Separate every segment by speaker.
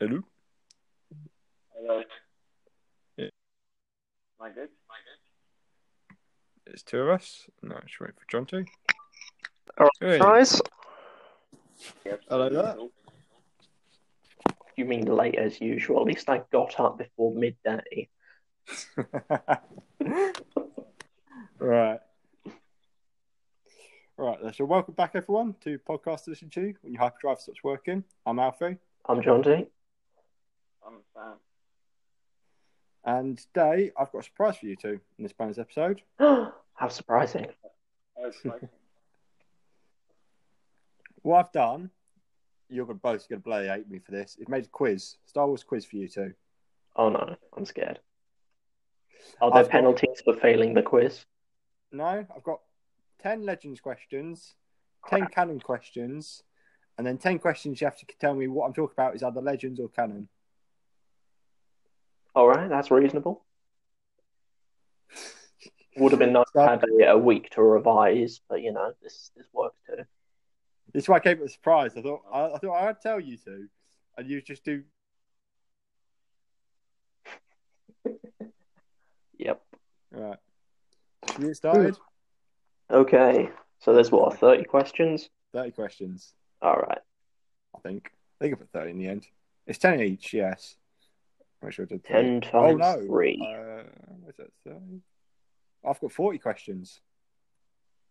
Speaker 1: Hello?
Speaker 2: Hello.
Speaker 1: Yeah.
Speaker 2: Am I good?
Speaker 1: It's two of us. No, just wait for John to.
Speaker 3: Alright,
Speaker 1: Hey.
Speaker 3: Guys?
Speaker 2: Yep.
Speaker 1: Hello there.
Speaker 3: You mean late as usual? At least I got up before midday.
Speaker 1: right. Right, then, so welcome back everyone to Podcast to Listen To when your hyperdrive stops working. I'm Alfie,
Speaker 3: I'm John D.
Speaker 2: I'm Sam.
Speaker 1: and today I've got a surprise for you two in this bonus episode.
Speaker 3: How surprising.
Speaker 2: Oh, it's like-
Speaker 1: What I've done, you're gonna both gonna bloody hate me for this. It made a quiz, Star Wars quiz for you two.
Speaker 3: Oh no, I'm scared. Are there
Speaker 1: I've got-
Speaker 3: penalties for failing the quiz?
Speaker 1: No, I've got ten legends questions, ten canon questions, and then ten questions you have to tell me what I'm talking about is either legends or canon.
Speaker 3: Alright, that's reasonable. Would have been nice to
Speaker 1: So-
Speaker 3: have a, a week to revise, but you know, this this works too.
Speaker 1: This is why I gave it a surprise. I thought I, I thought I'd tell you to, and you just do.
Speaker 3: Yep.
Speaker 1: All right. Should we get started?
Speaker 3: Okay. So there's what, thirty questions?
Speaker 1: Thirty questions,
Speaker 3: Alright.
Speaker 1: I think. I think I put thirty in the end. It's ten each. Yes. Make sure I did. 30.
Speaker 3: Ten times
Speaker 1: Oh, no.
Speaker 3: three.
Speaker 1: Uh, what's that? Thirty. I've got forty questions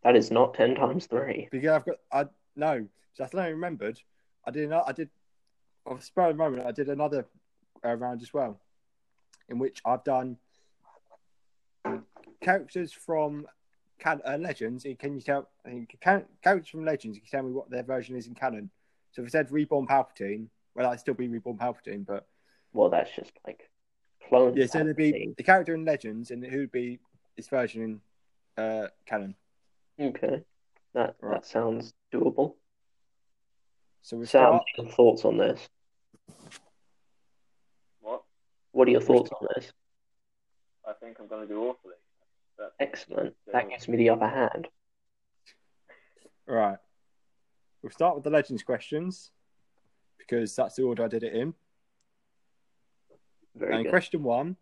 Speaker 3: That is not ten times three.
Speaker 1: because I've got. I no. So I suddenly remembered. I did. Another, I did. On the spur of the moment, I did another uh, round as well, in which I've done characters from can uh, legends. eh, Can you tell? I think can, characters from legends. You can tell me what their version is in canon. So if I said reborn Palpatine, well, I'd still be reborn Palpatine, but
Speaker 3: Well that's just like clone.
Speaker 1: yeah, so there'd be
Speaker 3: testing.
Speaker 1: the character in legends, and who'd be his version in uh, canon.
Speaker 3: Okay. That
Speaker 1: Right.
Speaker 3: that sounds doable.
Speaker 1: So we
Speaker 3: Sam,
Speaker 1: start.
Speaker 3: your thoughts on this?
Speaker 2: What?
Speaker 3: What are your thoughts on this?
Speaker 2: I think I'm going to do awfully. That's
Speaker 3: Excellent. That gives me the upper hand.
Speaker 1: Right. We'll start with the legends questions because that's the order I did it in.
Speaker 3: Very
Speaker 1: and
Speaker 3: good.
Speaker 1: question one: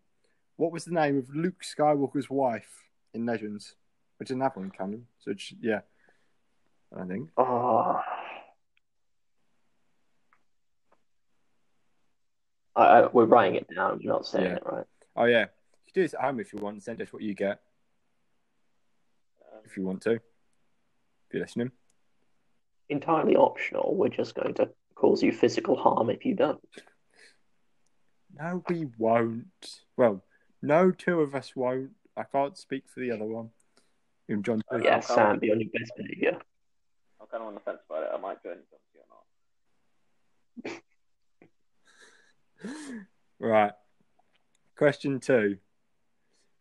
Speaker 1: What was the name of Luke Skywalker's wife in Legends? Which didn't have one in canon, so it's, yeah, I don't think.
Speaker 3: Ah. I, I, we're writing it down. You're not saying
Speaker 1: Yeah.
Speaker 3: it right.
Speaker 1: Oh yeah, you can do this at home if you want. Send us what you get
Speaker 2: um,
Speaker 1: if you want to. If you're listening,
Speaker 3: Entirely optional. We're just going to cause you physical harm if you don't.
Speaker 1: no, we won't. Well, no, two of us won't. I can't speak for the other one. Even John.
Speaker 2: Oh,
Speaker 3: Yeah,
Speaker 2: Okay.
Speaker 3: Sam, be on your best behavior.
Speaker 2: I'm kind of on the fence about it. I might join something or not.
Speaker 1: Right. Question two: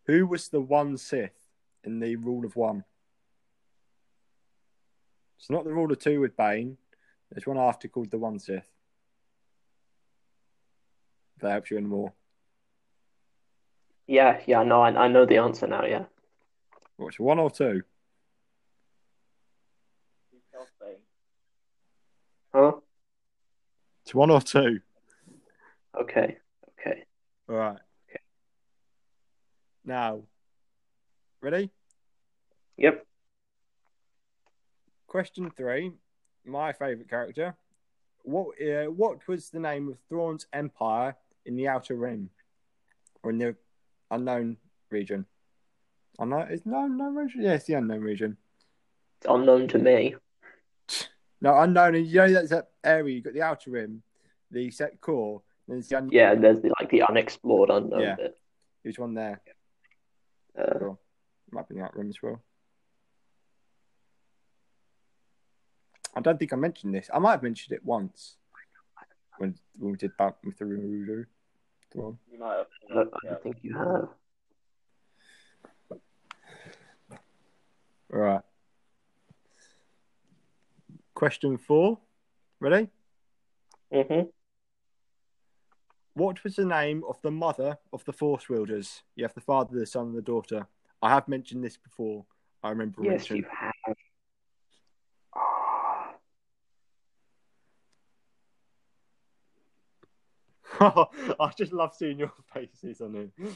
Speaker 1: Who was the one Sith in the Rule of One? It's not the Rule of Two with Bane. There's one after called the One Sith. If that helps you any more.
Speaker 3: Yeah, yeah, no, I, I know the answer now, yeah.
Speaker 1: What's one or two?
Speaker 2: You tell Spain.
Speaker 3: Huh?
Speaker 1: It's one or two.
Speaker 3: Okay, okay.
Speaker 1: All right.
Speaker 3: Okay.
Speaker 1: Now, ready?
Speaker 3: Yep.
Speaker 1: Question three, my favourite character. What uh, what was the name of Thrawn's empire in the Outer Rim, or in the unknown region? Unknown is no unknown region. Yeah, it's the unknown region.
Speaker 3: It's unknown to me.
Speaker 1: No, unknown. and You know that's that area. You got the Outer Rim, the set core, and there's the unknown.
Speaker 3: Yeah, there's the, like the unexplored unknown
Speaker 1: Yeah.
Speaker 3: bit.
Speaker 1: There's one there.
Speaker 3: Uh,
Speaker 1: Might be in the Outer Rim as well. I don't think I mentioned this. I might have mentioned it once when when we did back with the Rimuru. Thrawn.
Speaker 2: You might have.
Speaker 3: Uh, I don't, I don't think you have.
Speaker 1: All right. Question four. Ready?
Speaker 3: Mm-hmm.
Speaker 1: What was the name of the mother of the Force wielders? You have the father, the son, and the daughter. I have mentioned this before. I remember
Speaker 3: Yes,
Speaker 1: mentioning.
Speaker 3: you have. Ah.
Speaker 1: I just love seeing your faces on it.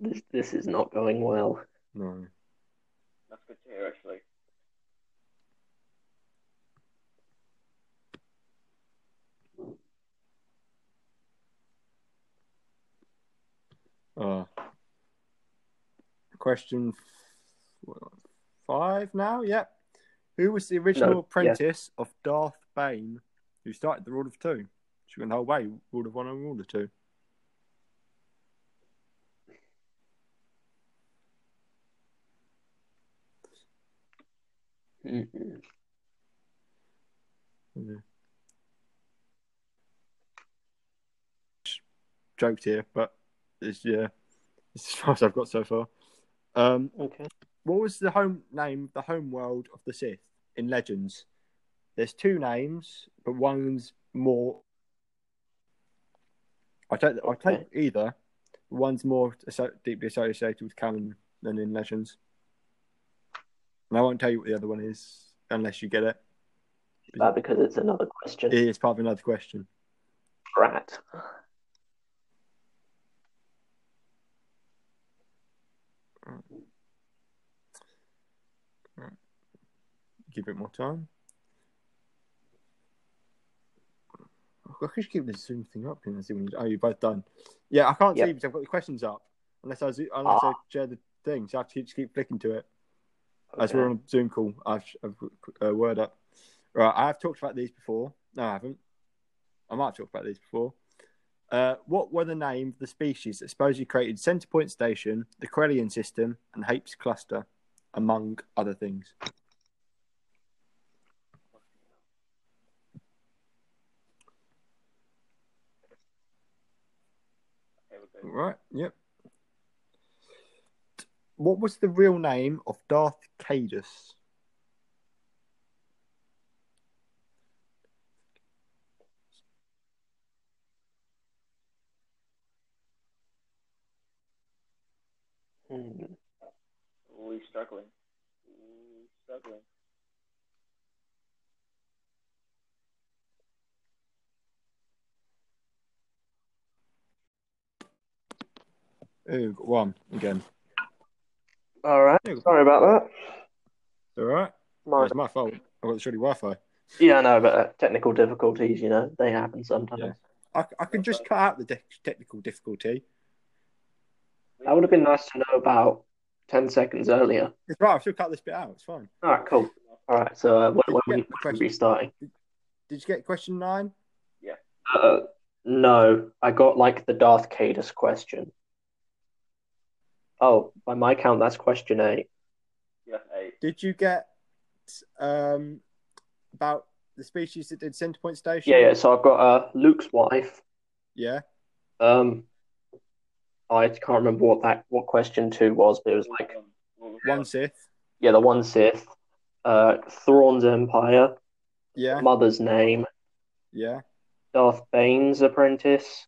Speaker 3: This this is not going well.
Speaker 1: No.
Speaker 2: That's good to hear, actually.
Speaker 1: Uh, question f- five now. Yep. Who was the original
Speaker 3: yeah.
Speaker 1: apprentice of Darth Bane, who started the Rule of Two? She went the whole way, Rule of One and Rule of Two.
Speaker 3: Mm-mm.
Speaker 1: Joked here, but it's yeah, it's as far as I've got so far. Um,
Speaker 3: Okay.
Speaker 1: what was the home name, of the home world of the Sith in Legends? There's two names, but one's more. I take I take
Speaker 3: Okay.
Speaker 1: either. One's more asso- deeply associated with canon than in Legends. And I won't tell you what the other one is unless you get it.
Speaker 3: Is that because it's another question?
Speaker 1: It is part of another question.
Speaker 3: Rat.
Speaker 1: Give it more time. I could just keep the Zoom thing up. Can I see when you, oh, you're both done. Yeah, I can't see
Speaker 3: Yep. Ah.
Speaker 1: because I've got the questions up. Unless I, zo- unless I share the thing, so I have to just keep flicking to it. As we're
Speaker 3: Okay.
Speaker 1: on a Zoom call, I've, I've got a word up. Right, I have talked about these before. No, I haven't. I might have talked about these before. Uh, what were the name of the species that supposedly created Centerpoint Station, the Corellian System, and Hapes Cluster, among other things?
Speaker 2: Here we go.
Speaker 1: Right, yep. What was the real name of Darth Cadus?
Speaker 3: Mm.
Speaker 2: Ooh, he's struggling. Ooh, he's struggling.
Speaker 1: Ooh, got one again.
Speaker 3: All right.
Speaker 1: Yeah.
Speaker 3: Sorry about
Speaker 1: All right,
Speaker 3: that.
Speaker 1: it's my fault. I got the shoddy Wi-Fi.
Speaker 3: Yeah, no, but uh, technical difficulties, you know, they happen sometimes.
Speaker 1: Yeah. I, I can just cut out the de- technical difficulty.
Speaker 3: That would have been nice to know about 10 seconds earlier.
Speaker 1: It's right. I've still cut this bit out. It's fine.
Speaker 3: All right, cool. All right, so uh, when, when
Speaker 1: Yeah,
Speaker 3: we
Speaker 1: the
Speaker 3: when
Speaker 1: question.
Speaker 3: we restarting?
Speaker 1: Did you get question nine?
Speaker 3: Uh, no, I got like the Darth Cadus question. Oh, by my count, that's question eight.
Speaker 2: Yeah, eight.
Speaker 1: Did you get um about the species that did Centerpoint Station?
Speaker 3: Yeah, yeah. So I've got uh, Luke's wife.
Speaker 1: Yeah.
Speaker 3: Um, I can't remember what that what question two was, but it was like
Speaker 2: Um, well,
Speaker 1: One Sith.
Speaker 3: yeah, the one Sith, uh, Thrawn's empire,
Speaker 1: Yeah.
Speaker 3: mother's name,
Speaker 1: Yeah.
Speaker 3: Darth Bane's apprentice,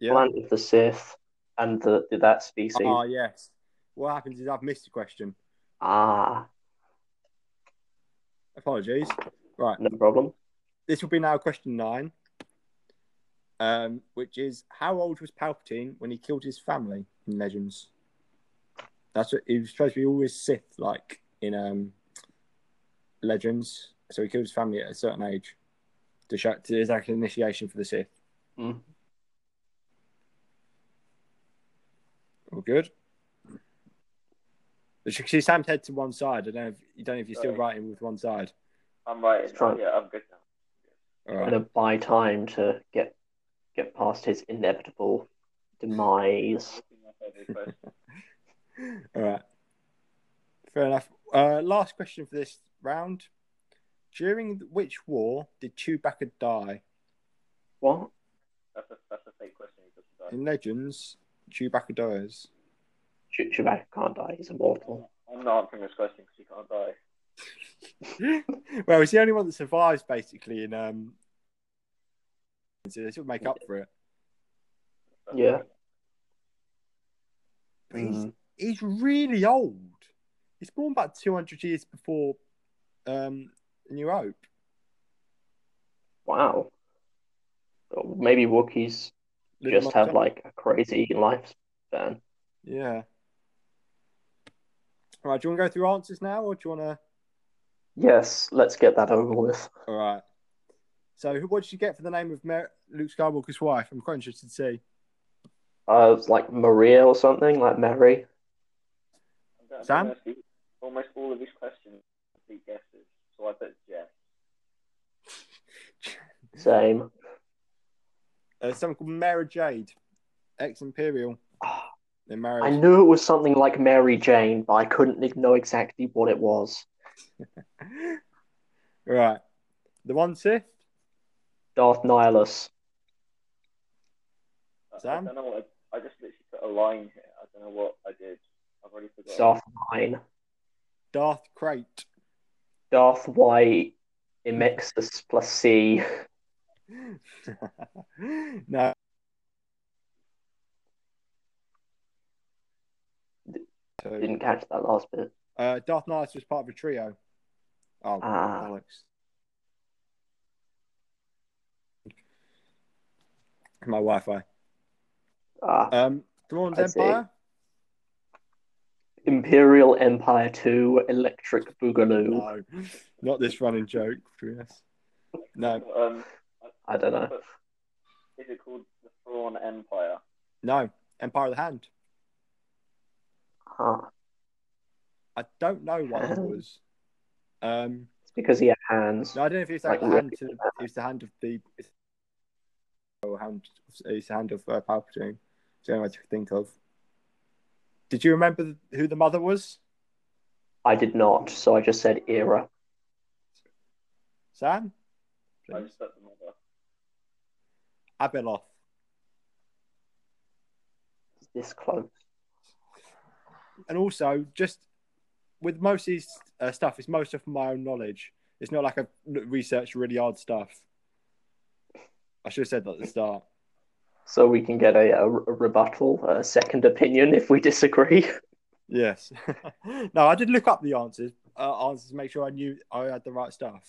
Speaker 1: Yeah.
Speaker 3: Planet of the Sith, and the, that species.
Speaker 1: Ah, yes. What happens is I've missed a question.
Speaker 3: Ah,
Speaker 1: Apologies. Right.
Speaker 3: no problem.
Speaker 1: This will be now question nine, um, which is how old was Palpatine when he killed his family in Legends? That's what he was supposed to be always Sith like in um, Legends. So he killed his family at a certain age to show to his actual initiation for the Sith.
Speaker 3: Hmm.
Speaker 1: Mm. All good. But you can see Sam's head to one side. I don't know if you don't know if you're still
Speaker 2: Sorry.
Speaker 1: writing with one side.
Speaker 2: I'm right.
Speaker 3: Let's try.
Speaker 2: Yeah, I'm good now.
Speaker 1: All
Speaker 3: I'm
Speaker 1: right.
Speaker 3: gonna buy time to get get past his inevitable demise.
Speaker 2: Looking my favourite person.
Speaker 1: All right. Fair enough. Uh, last question for this round. During which war did Chewbacca die?
Speaker 3: What?
Speaker 2: That's a that's a fake question. He doesn't die.
Speaker 1: In Legends, Chewbacca dies.
Speaker 3: Che- Chewbacca can't die. He's immortal.
Speaker 2: I'm not answering this question because he can't die.
Speaker 1: well, he's the only one that survives, basically, in. Um... So they sort of make up for it.
Speaker 2: That's
Speaker 3: Yeah.
Speaker 2: it.
Speaker 1: But he's,
Speaker 3: Mm.
Speaker 1: he's really old. He's born about 200 years before um, New Hope.
Speaker 3: Wow. Maybe Wookiees
Speaker 1: Little
Speaker 3: just have
Speaker 1: Monster.
Speaker 3: like a crazy lifespan.
Speaker 1: Yeah. All right, do you want to go through answers now, or do you want to?
Speaker 3: Yes, let's get that over with.
Speaker 1: All right. So, who- what did you get for the name of Mer- Luke Skywalker's wife? I'm quite interested to see.
Speaker 3: Uh, it's like Maria or something, like Mary.
Speaker 2: That's
Speaker 1: Sam?
Speaker 2: Almost, almost all of his questions are complete guesses, so I put Jeff.
Speaker 1: Mm-hmm.
Speaker 3: Same.
Speaker 1: Uh, someone called Mara Jade, ex Imperial.
Speaker 3: Ah,
Speaker 1: They married.
Speaker 3: I knew it was something like Mary Jane, but I couldn't know exactly what it was.
Speaker 1: Right. The one Sith.
Speaker 3: Darth Nihilus.
Speaker 2: I-
Speaker 1: Sam?
Speaker 2: I don't know what I, I just literally put a line here. I don't know what I did. I've already forgotten.
Speaker 3: Darth Nine.
Speaker 1: Darth Crate.
Speaker 3: Darth Y. Imexus plus C.
Speaker 1: no.
Speaker 3: Didn't catch that last bit.
Speaker 1: Uh, Darth Nihilus was part of a trio. Oh,
Speaker 3: Ah.
Speaker 1: Alex. My Wi-Fi.
Speaker 3: Ah,
Speaker 1: Um, Thrawn's
Speaker 3: I see.
Speaker 1: Empire.
Speaker 3: Imperial Empire 2 Electric Boogaloo.
Speaker 1: No, not this running joke. Yes. No,
Speaker 2: Um,
Speaker 3: I don't know.
Speaker 2: but is it called the Thrawn Empire?
Speaker 1: no. Empire of the Hand.
Speaker 3: Ah,
Speaker 1: I don't know what it
Speaker 3: Hand.
Speaker 1: was. Um,
Speaker 3: it's because he had hands.
Speaker 1: no, I don't know if it's like
Speaker 3: Like
Speaker 1: the
Speaker 3: really
Speaker 1: hand to it's the hand of the it's- or hand it's the hand of uh, Palpatine. It's the only one I can think of. Did you remember th- who the mother was,
Speaker 3: I did not, so I just said era.
Speaker 1: Sam?
Speaker 2: I
Speaker 1: Please.
Speaker 2: just put the mother.
Speaker 1: Abeloth.
Speaker 3: It's This close.
Speaker 1: and also just with most of these uh, stuff, it's most of my own knowledge. It's not like I've l- researched really hard stuff. I should have said that at the start.
Speaker 3: So we can get a, a rebuttal, a second opinion if we disagree.
Speaker 1: Yes. no, I did look up the answers, uh, answers to make sure I knew I had the right stuff.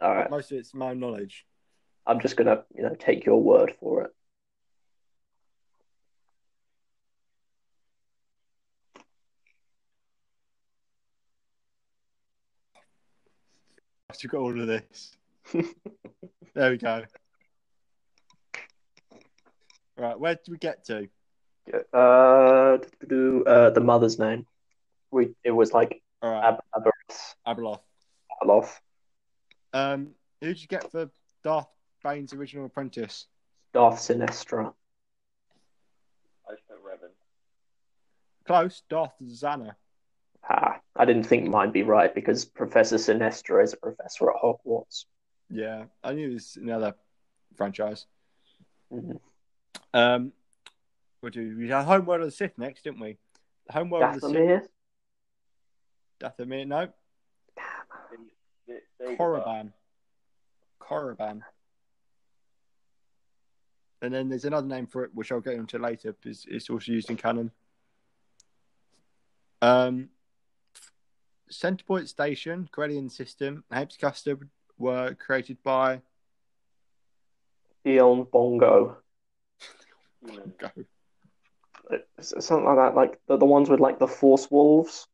Speaker 3: All right.
Speaker 1: Most of it's my own knowledge.
Speaker 3: I'm just gonna, you know, take your word for it.
Speaker 1: I've got all of this. there we go. Right, where did we get to?
Speaker 3: Uh, do, uh the mother's name. We it was like
Speaker 1: All right,
Speaker 3: Ab- Aberrus
Speaker 1: Abeloth.
Speaker 3: Alof,
Speaker 1: Um, who did you get for Darth Bane's original apprentice?
Speaker 3: Darth Sinestra.
Speaker 2: I just put Revan.
Speaker 1: Close, Darth Zanna.
Speaker 3: Ah, I didn't think mine'd be right because Professor Sinestra is a professor at Hogwarts.
Speaker 1: Yeah, I knew this another franchise.
Speaker 3: Mhm.
Speaker 1: Um, what do we had Homeworld of the Sith next, didn't we? Homeworld of the Sith.
Speaker 3: Dathomir?
Speaker 1: Dathomir, no,
Speaker 2: Is it Dagobah?
Speaker 1: Korriban. Korriban. And then there's another name for it, which I'll get into later. Because it's also used in canon. Um, Centerpoint Station, Corellian System, and Apes Custard were created by
Speaker 3: Dion Bongo.
Speaker 2: Human.
Speaker 1: Go.
Speaker 3: S- Something like that, like the, the ones with like the Force Wolves.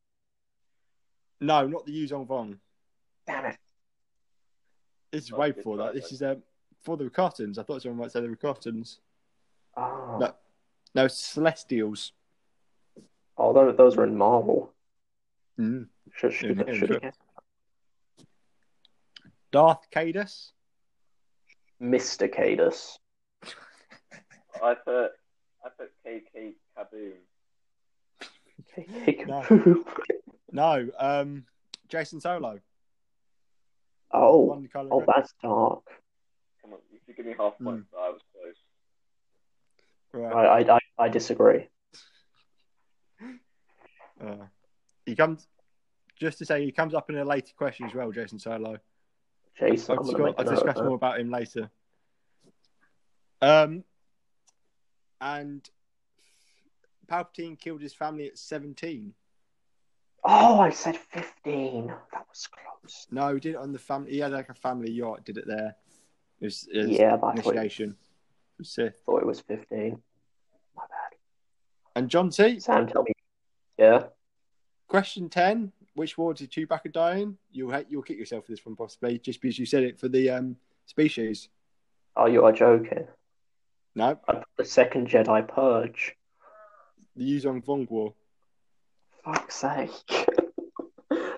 Speaker 1: No, not the Yuzong Vong.
Speaker 3: Damn it.
Speaker 1: This is
Speaker 2: Oh,
Speaker 1: way
Speaker 2: good
Speaker 1: before that.
Speaker 2: try,
Speaker 1: This
Speaker 2: though.
Speaker 1: is um, for the Ricottons. I thought someone might say the Ricottons.
Speaker 3: Oh,
Speaker 1: No. No, Celestials.
Speaker 3: oh those, those are in Marvel.
Speaker 1: Mm.
Speaker 3: Should, should,
Speaker 1: Yeah, yeah,
Speaker 3: should
Speaker 1: sure. Darth Cadus.
Speaker 3: Mr. Cadus.
Speaker 2: I put I put KK Kaboom.
Speaker 1: No, um, Jason Solo.
Speaker 3: oh,
Speaker 1: One colour
Speaker 3: oh,
Speaker 1: red.
Speaker 3: that's dark.
Speaker 2: Come on, you should give me half
Speaker 1: Hmm.
Speaker 2: points, but I was close.
Speaker 1: Right.
Speaker 3: I, I, I, I disagree.
Speaker 1: Uh, he comes, just to say, he comes up in a later question as well, Jason Solo.
Speaker 3: Jason,
Speaker 1: I'll,
Speaker 3: I'm
Speaker 1: discuss,
Speaker 3: gonna make a
Speaker 1: I'll
Speaker 3: note
Speaker 1: discuss
Speaker 3: of
Speaker 1: more about him later. Um, and Palpatine killed his family at 17.
Speaker 3: that. Oh, I said 15. That was close.
Speaker 1: No, he did it on the family. He had like a family yacht, did it there. It was, it was
Speaker 3: yeah, that was.
Speaker 1: initiation. Sith.
Speaker 3: Thought it was 15. My bad.
Speaker 1: And John T,
Speaker 3: Sam, tell me. Yeah.
Speaker 1: question 10. Which war did Chewbacca die in? You'll, ha- you'll kick yourself for this one, possibly, just because you said it for the um, species.
Speaker 3: Oh, you are joking.
Speaker 1: No,
Speaker 3: I put the second Jedi Purge.
Speaker 1: the Yuzong Vong War.
Speaker 3: Fuck's sake.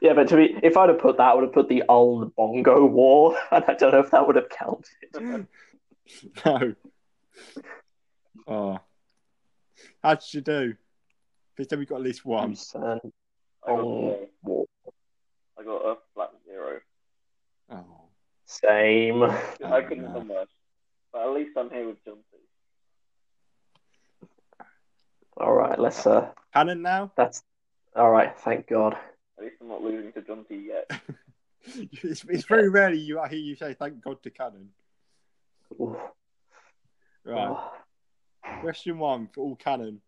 Speaker 3: yeah, but to be, if I'd have put that, I would have put the old Bongo War, and I don't know if that would have counted.
Speaker 1: No. Oh. How did you do? Please tell me you got at least one.
Speaker 3: Sam,
Speaker 2: I got,
Speaker 3: Oh. War.
Speaker 2: I got a flat zero.
Speaker 1: Oh.
Speaker 3: Same.
Speaker 2: I couldn't
Speaker 1: no.
Speaker 2: have done worse. But at least I'm here with John T.
Speaker 3: All right, let's. Uh,
Speaker 1: Hannon now?
Speaker 3: that's all right. Thank God.
Speaker 2: At least I'm not losing to John T yet.
Speaker 1: It's, it's very rarely you I hear you say thank God to Cannon.
Speaker 3: Oof. Oh,
Speaker 1: Right. Question one for all Cannon.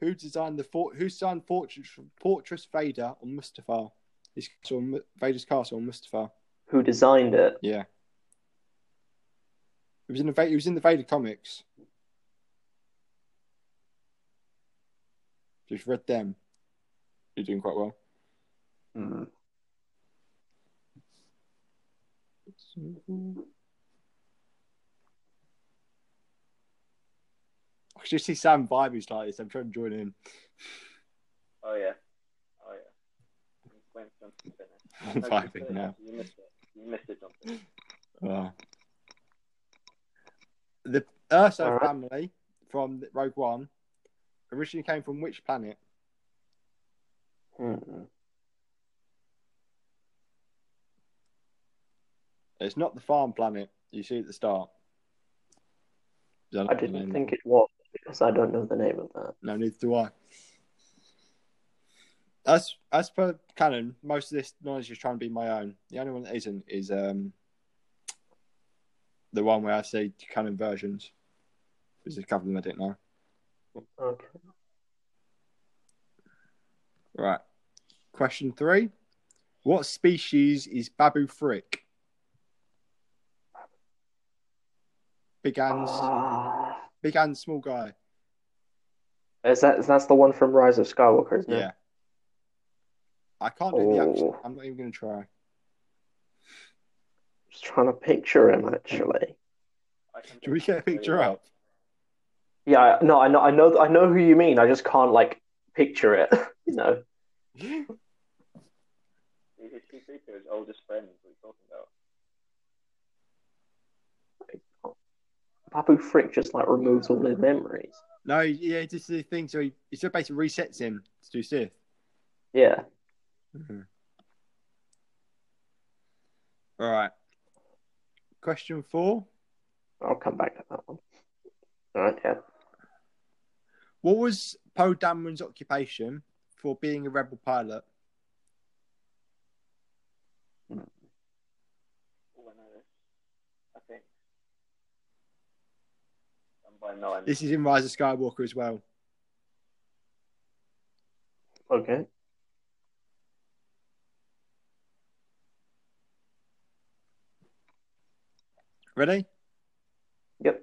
Speaker 1: Who designed the fort? Who designed Fortress Fortress Vader on Mustafar? His castle, on Mu- Vader's castle on Mustafar.
Speaker 3: Who designed it?
Speaker 1: Yeah. It was in the Va- it was in the Vader comics. Just read them. You're doing quite well.
Speaker 3: Hmm. Mm-hmm.
Speaker 1: I can just see Sam vibing slightly, so I'm trying to join in.
Speaker 2: Oh yeah. Oh yeah. When's John T finished?
Speaker 1: I'm vibing now.
Speaker 2: You missed it. You missed it, John T.
Speaker 1: Oh. The Urso
Speaker 3: All right.
Speaker 1: family from Rogue One originally came from which planet?
Speaker 3: Hmm.
Speaker 1: It's not the farm planet you see at the start. don't
Speaker 3: I
Speaker 1: know the
Speaker 3: didn't
Speaker 1: name.
Speaker 3: think it was because I don't know the name of that.
Speaker 1: No, neither do I. As as per canon, most of this knowledge is trying to be my own. The only one that isn't is um the one where I say canon versions. There's a couple of them I didn't know.
Speaker 3: Okay.
Speaker 1: Right. Question three: What species is Babu Frick? Big An's
Speaker 3: Ah.
Speaker 1: big and small guy.
Speaker 3: Is that that's the one from Rise of Skywalker, isn't
Speaker 1: Yeah.
Speaker 3: it?
Speaker 1: I can't do the action.
Speaker 3: Oh.
Speaker 1: I'm not even going to try.
Speaker 3: Just trying to picture him actually.
Speaker 2: I can
Speaker 1: Do we get a picture up?
Speaker 3: Yeah, I- no, I know, I know, I know who you mean. I just can't like picture it. you know,
Speaker 2: Is it Chief Reaper his oldest friend? What are you talking about?
Speaker 3: Babu Frick just like removes all his memories.
Speaker 1: No, yeah, just the thing. So he, he just basically resets him to do Sith.
Speaker 3: Yeah.
Speaker 1: All right. Question four.
Speaker 3: I'll come back to that one. All right, yeah.
Speaker 1: What was Poe Dameron's occupation for being a rebel pilot?
Speaker 2: Oh, I know this. I think. And by nine.
Speaker 1: This is in Rise of Skywalker as well.
Speaker 3: Okay.
Speaker 1: Ready?
Speaker 3: Yep.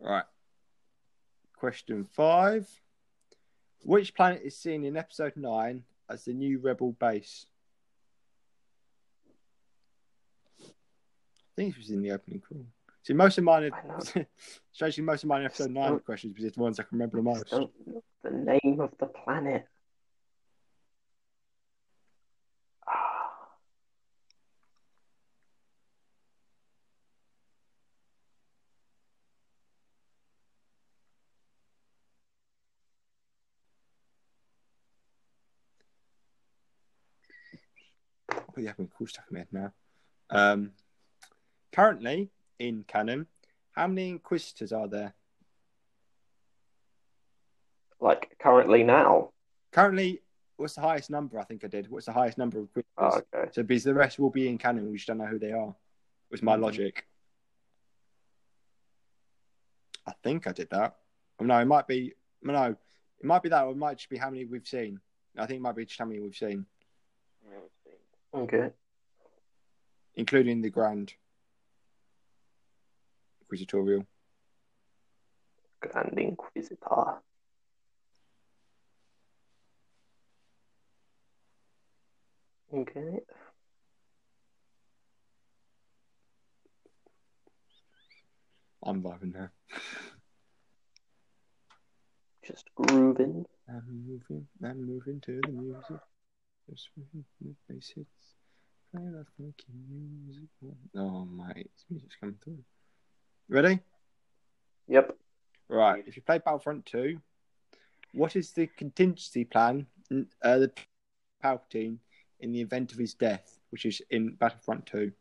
Speaker 1: All right. Question five. Which planet is seen in episode nine as the new rebel base? I think it was in the opening crawl. See, most of mine
Speaker 3: I know.
Speaker 1: are strangely most of mine are episode nine questions because it's the ones I can remember the most.
Speaker 3: Just don't know the name of the planet. Ah.
Speaker 1: Put the opening crawl stuff in my head now. Um, currently in canon, how many inquisitors are there?
Speaker 3: Like currently now.
Speaker 1: Currently, what's the highest number? I think I did. What's the highest number of inquisitors?
Speaker 3: Oh, okay.
Speaker 1: So because the rest will be in canon, we just don't know who they are. Was my
Speaker 3: Mhm.
Speaker 1: logic. I think I did that. Oh, No, it might be no, it might be that, or it might just be how many we've seen. I think it might be just how many we've seen,
Speaker 2: I mean, it's been-
Speaker 3: Okay.
Speaker 1: including the grand. inquisitorial.
Speaker 3: Grand Inquisitor. Okay.
Speaker 1: I'm vibing now.
Speaker 3: Just grooving.
Speaker 1: I'm moving, I'm moving to the music. Just moving the faces. Play that fucking music. Oh, my, it's music's coming through. Ready?
Speaker 3: Yep.
Speaker 1: Right. If you play Battlefront 2, what is the contingency plan, uh, the Palpatine, in the event of his death, which is in Battlefront 2?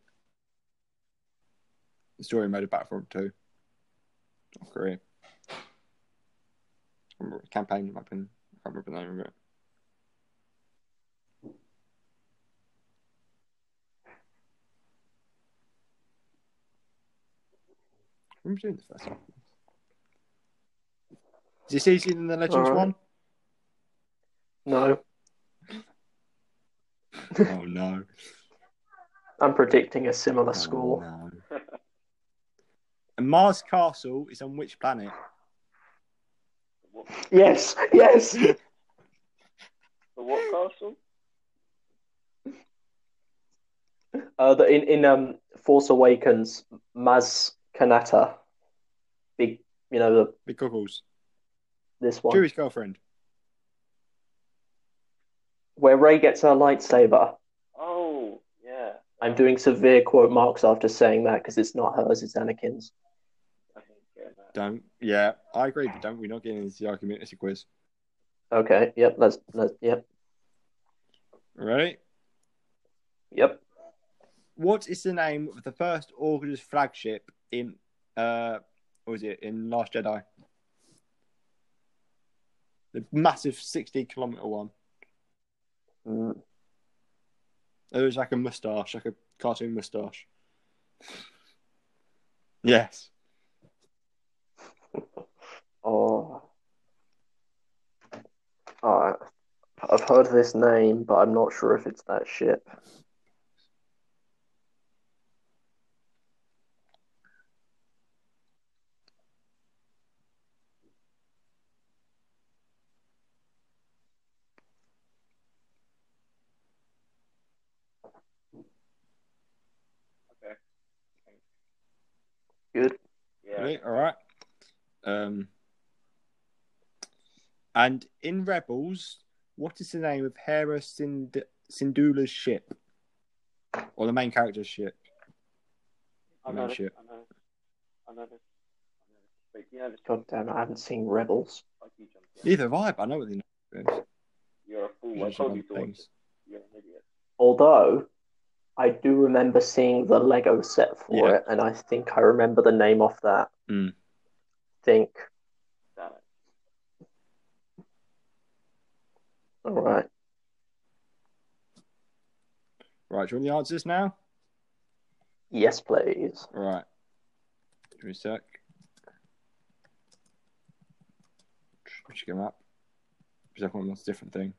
Speaker 1: The story mode of Battlefront 2. Not career. Remember, Campaign might have been, I can't remember the name of it. Remember doing the first one. Is this easier than the Legends
Speaker 3: Alright.
Speaker 1: one?
Speaker 3: No,
Speaker 1: oh no.
Speaker 3: I'm predicting a similar score.
Speaker 1: Oh, no. and Mars Castle is on which planet?
Speaker 2: The what,
Speaker 3: Yes, yes.
Speaker 2: the what castle?
Speaker 3: Uh, the, in in um Force Awakens, Maz Kanata, big, you know the,
Speaker 1: Big Goggles.
Speaker 3: this one
Speaker 1: Jewish girlfriend.
Speaker 3: where Ray gets her lightsaber.
Speaker 2: Oh, yeah.
Speaker 3: I'm doing severe quote marks after saying that because it's not hers, it's Anakin's.
Speaker 2: I think, yeah, that-
Speaker 1: Don't. Yeah, I agree, but don't. We're not getting into the argument. It's a quiz.
Speaker 3: Okay, yep, that's that's yep,
Speaker 1: Ready?
Speaker 3: yep.
Speaker 1: What is the name of the first Order's flagship in, uh, what was it, in Last Jedi? The massive 60 kilometer one.
Speaker 3: Mm,
Speaker 1: It was like a mustache, like a cartoon mustache. Yes.
Speaker 3: Oh, oh, I've heard this name, but I'm not sure if it's that ship. Good.
Speaker 2: yeah.
Speaker 1: Right, all right. Um, and in Rebels, what is the name of Hera Sind- Syndulla's ship, or the main character's ship?
Speaker 2: I
Speaker 1: No
Speaker 2: know, this,
Speaker 1: shit.
Speaker 2: I know, I know this, I know this. But you know this
Speaker 3: God damn it, I haven't seen Rebels.
Speaker 2: bungee jump. Yeah.
Speaker 1: Neither have I, but I know what the name is.
Speaker 2: You're a fool. I
Speaker 1: Usually
Speaker 2: told you
Speaker 1: on
Speaker 2: to watch
Speaker 1: things.
Speaker 2: it. You're an idiot.
Speaker 3: Although I do remember seeing the Lego set for
Speaker 1: Yeah.
Speaker 3: it, and I think I remember the name of that.
Speaker 1: Mm.
Speaker 3: Think,
Speaker 2: Damn it.
Speaker 3: all right.
Speaker 1: Right, do you want the answers now?
Speaker 3: Yes, please.
Speaker 1: Right. Give me a sec. Just get 'em up. Because everyone wants a different thing.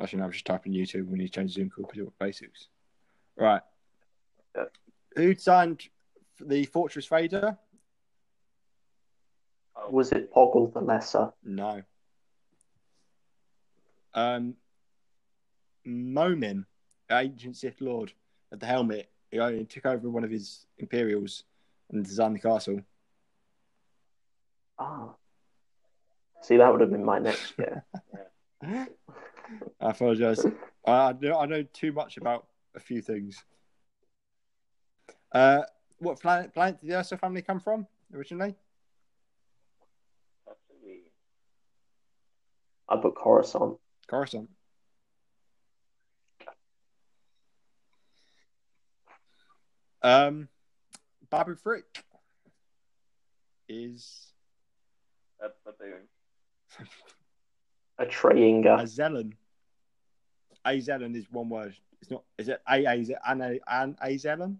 Speaker 1: Actually, no, I'm just typing YouTube. We need to change Zoom call because it was basics. Right.
Speaker 3: Yeah.
Speaker 1: Who designed the Fortress Vader?
Speaker 2: Oh,
Speaker 3: Was it Poggle the Lesser?
Speaker 1: No. Um, Momin, ancient Sith Lord at the helmet, he only took over one of his Imperials and designed the castle.
Speaker 3: Ah. See, that would have been my next year.
Speaker 1: I apologize. I know, I know too much about a few things. Uh, what planet, planet did the Ursa family come from originally?
Speaker 2: Tatooine.
Speaker 3: I put Coruscant.
Speaker 1: Coruscant. Um, Babu Frick is
Speaker 2: That's Baboon.
Speaker 3: A Treyinga.
Speaker 1: a Zelen. A Zelen is one word. It's not. Is it a a Z- an a an a Zelen?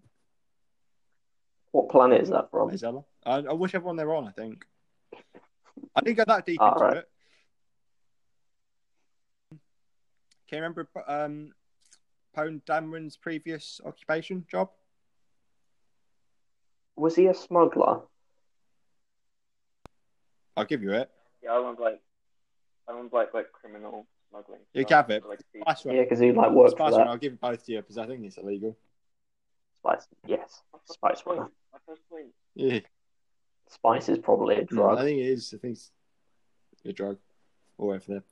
Speaker 3: What planet is that
Speaker 1: A
Speaker 3: from?
Speaker 1: Zelen. I, I wish everyone they're on. I think. I didn't go that deep
Speaker 3: Ah,
Speaker 1: into
Speaker 3: right.
Speaker 1: it. Can you remember um Poe Dameron's previous occupation job?
Speaker 3: Was he a smuggler?
Speaker 1: I'll give you it.
Speaker 2: Yeah, I remember like I remember like like criminal smuggling.
Speaker 1: You
Speaker 2: stuff,
Speaker 1: have it.
Speaker 2: but, Like, see-
Speaker 1: Spice
Speaker 3: Yeah,
Speaker 1: one.
Speaker 3: because he like worked for
Speaker 1: Spice one.
Speaker 3: that.
Speaker 1: I'll give it both to you because I think it's illegal.
Speaker 3: Spice, yes,
Speaker 2: my first
Speaker 3: Spice
Speaker 2: point-
Speaker 3: Runner.
Speaker 2: My first point.
Speaker 1: Yeah,
Speaker 3: spice is probably a
Speaker 1: Mm, I
Speaker 3: drug.
Speaker 1: think it is. I think it's a drug or whatever.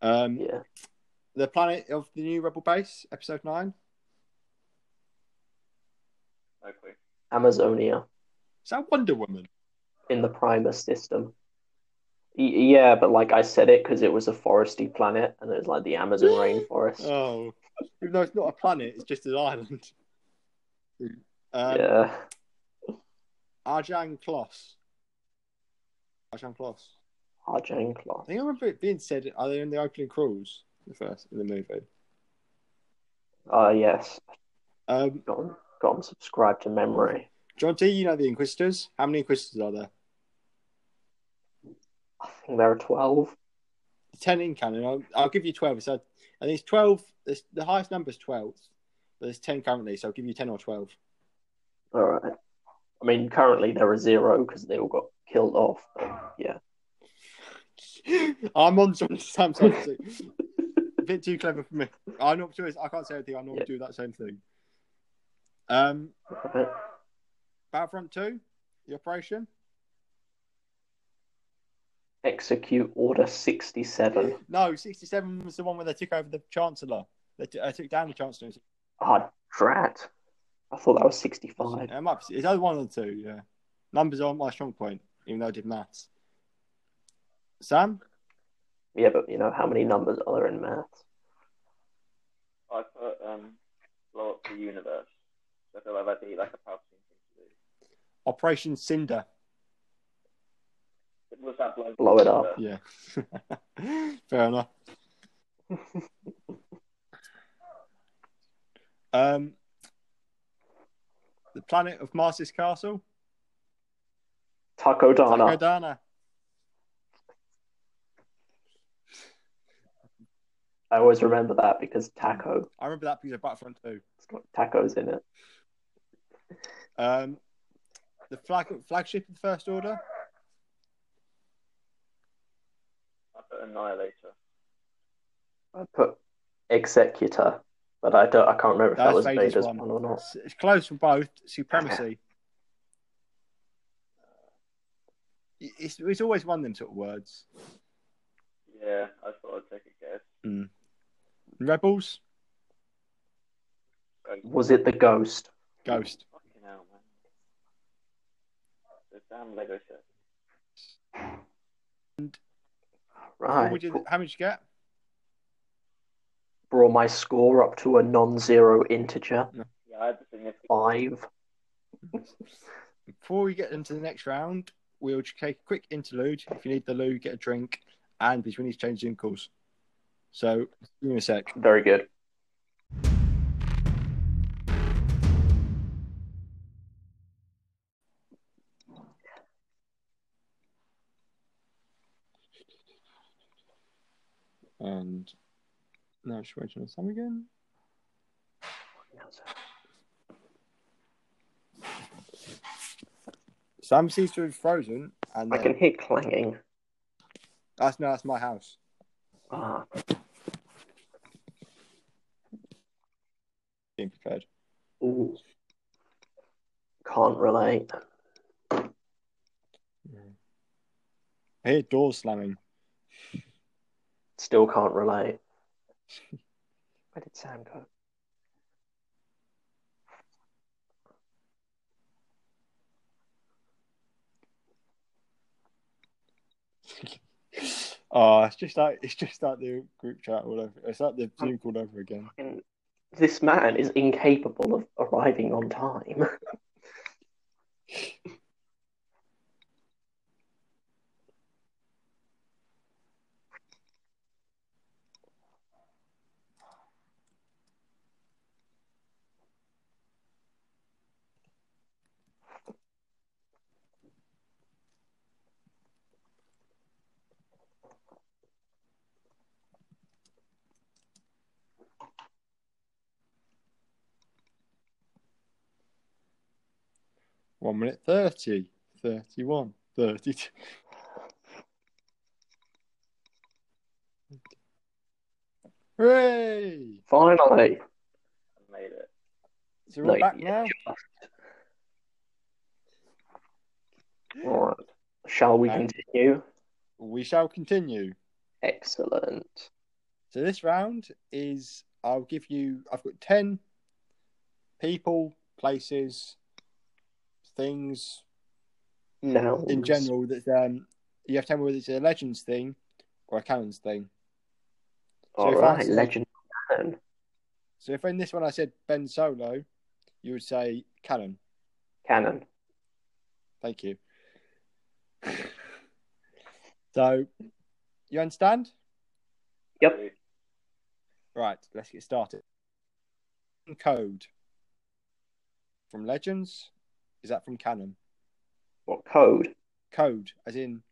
Speaker 1: Um,
Speaker 3: Yeah,
Speaker 1: the planet of the new rebel base, episode nine.
Speaker 2: No clue.
Speaker 3: Amazonia
Speaker 1: Is that Wonder Woman?
Speaker 3: in the Primus system. Y- yeah, but like I said it because it was a foresty planet and it was like the Amazon rainforest.
Speaker 1: Oh, even though it's not a planet, it's just an island. Um,
Speaker 3: yeah,
Speaker 1: Arjan Kloss. Arjan Kloss.
Speaker 3: Arjane
Speaker 1: I
Speaker 3: Cloth.
Speaker 1: think I remember it being said either in the opening crawls, the first in the movie.
Speaker 3: Oh yes,
Speaker 1: Um,
Speaker 3: got him, got him subscribed to memory.
Speaker 1: John T, you know the Inquisitors. How many Inquisitors are there?
Speaker 3: I think there are twelve.
Speaker 1: Ten in canon. I'll, I'll give you twelve. So I think it's twelve. It's, the highest number is twelve, but there's ten currently. So I'll give you ten or twelve.
Speaker 3: All right. I mean, currently there are zero because they all got killed off. but yeah.
Speaker 1: I'm on some Samsung. too. A bit too clever for me. I'm not sure. I can't say anything. I normally do that same thing. Um,
Speaker 3: Right.
Speaker 1: Battlefront Two, the operation.
Speaker 3: Execute Order 67.
Speaker 1: No, sixty-seven was the one where they took over the Chancellor. They t- uh, took down the Chancellor.
Speaker 3: Ah, drat. I thought that was 65.
Speaker 1: It might be, it's either one or two. Yeah, numbers aren't my strong point, even though I did maths. Sam,
Speaker 3: Yeah, but you know, how many numbers are there in maths?
Speaker 2: I put um, blow up the universe. So I feel like that'd be like a Palpatine thing
Speaker 1: Operation Cinder.
Speaker 2: to do. Was that blow?
Speaker 3: Blow it up.
Speaker 1: Yeah, fair enough. um, the planet of Marcy's Castle.
Speaker 3: Taco Dana.
Speaker 1: Takodana.
Speaker 3: I always remember that because taco.
Speaker 1: I remember that piece of Battlefront too.
Speaker 3: It's got tacos in it.
Speaker 1: Um, the flag flagship of the First Order.
Speaker 2: I put annihilator.
Speaker 3: I put executor, but I don't. I can't remember if that,
Speaker 1: That's
Speaker 3: was
Speaker 1: Vader's
Speaker 3: Vader's,
Speaker 1: one.
Speaker 3: one. or not.
Speaker 1: It's, it's close for both supremacy. It's, it's always one of them sort of words.
Speaker 2: Yeah, I thought I'd take a guess.
Speaker 1: Rebels,
Speaker 2: Ghost.
Speaker 3: Was it the ghost?
Speaker 1: ghost.
Speaker 2: Fucking hell, man. The damn Lego set.
Speaker 1: What
Speaker 3: Right.
Speaker 1: would you, how much you get?
Speaker 3: Brought my score up to a non-zero integer.
Speaker 2: Yeah, I had the significant.
Speaker 3: Five.
Speaker 1: Before we get into the next round, we'll just take a quick interlude. If you need the loo, get a drink, and because we need to change Zoom calls. So give me a sec.
Speaker 3: Very good.
Speaker 1: And now just waiting on Sam again. Sam seems to have frozen, and
Speaker 3: I
Speaker 1: then,
Speaker 3: can hear clanging.
Speaker 1: that's no, that's my house.
Speaker 3: Ah,
Speaker 1: Being prepared.
Speaker 3: ooh. Can't relate.
Speaker 1: I hear doors slamming.
Speaker 3: Still can't relate. Where did Sam go?
Speaker 1: Oh, it's just like it's just like the group chat all over. It's like the Zoom call over again.
Speaker 3: Fucking- This man is incapable of arriving on time.
Speaker 1: One minute 30, 31, 32. Hooray!
Speaker 3: Finally.
Speaker 2: I made it.
Speaker 1: So we're
Speaker 3: No,
Speaker 1: back
Speaker 3: yeah,
Speaker 1: now.
Speaker 3: Right. Shall we
Speaker 1: Um,
Speaker 3: continue?
Speaker 1: We shall continue.
Speaker 3: Excellent.
Speaker 1: So this round is I'll give you I've got ten people, places, things
Speaker 3: Now,
Speaker 1: in general that um you have to tell me whether it's a legends thing or a canons thing.
Speaker 3: All
Speaker 1: if I
Speaker 3: right,
Speaker 1: say-
Speaker 3: legend. canon.
Speaker 1: So if in this one I said Ben Solo, you would say canon.
Speaker 3: Canon.
Speaker 1: Thank you. so you understand?
Speaker 3: Yep.
Speaker 1: Right, let's get started. Code from Legends. Is that from Canon?
Speaker 3: What code?
Speaker 1: Code, as in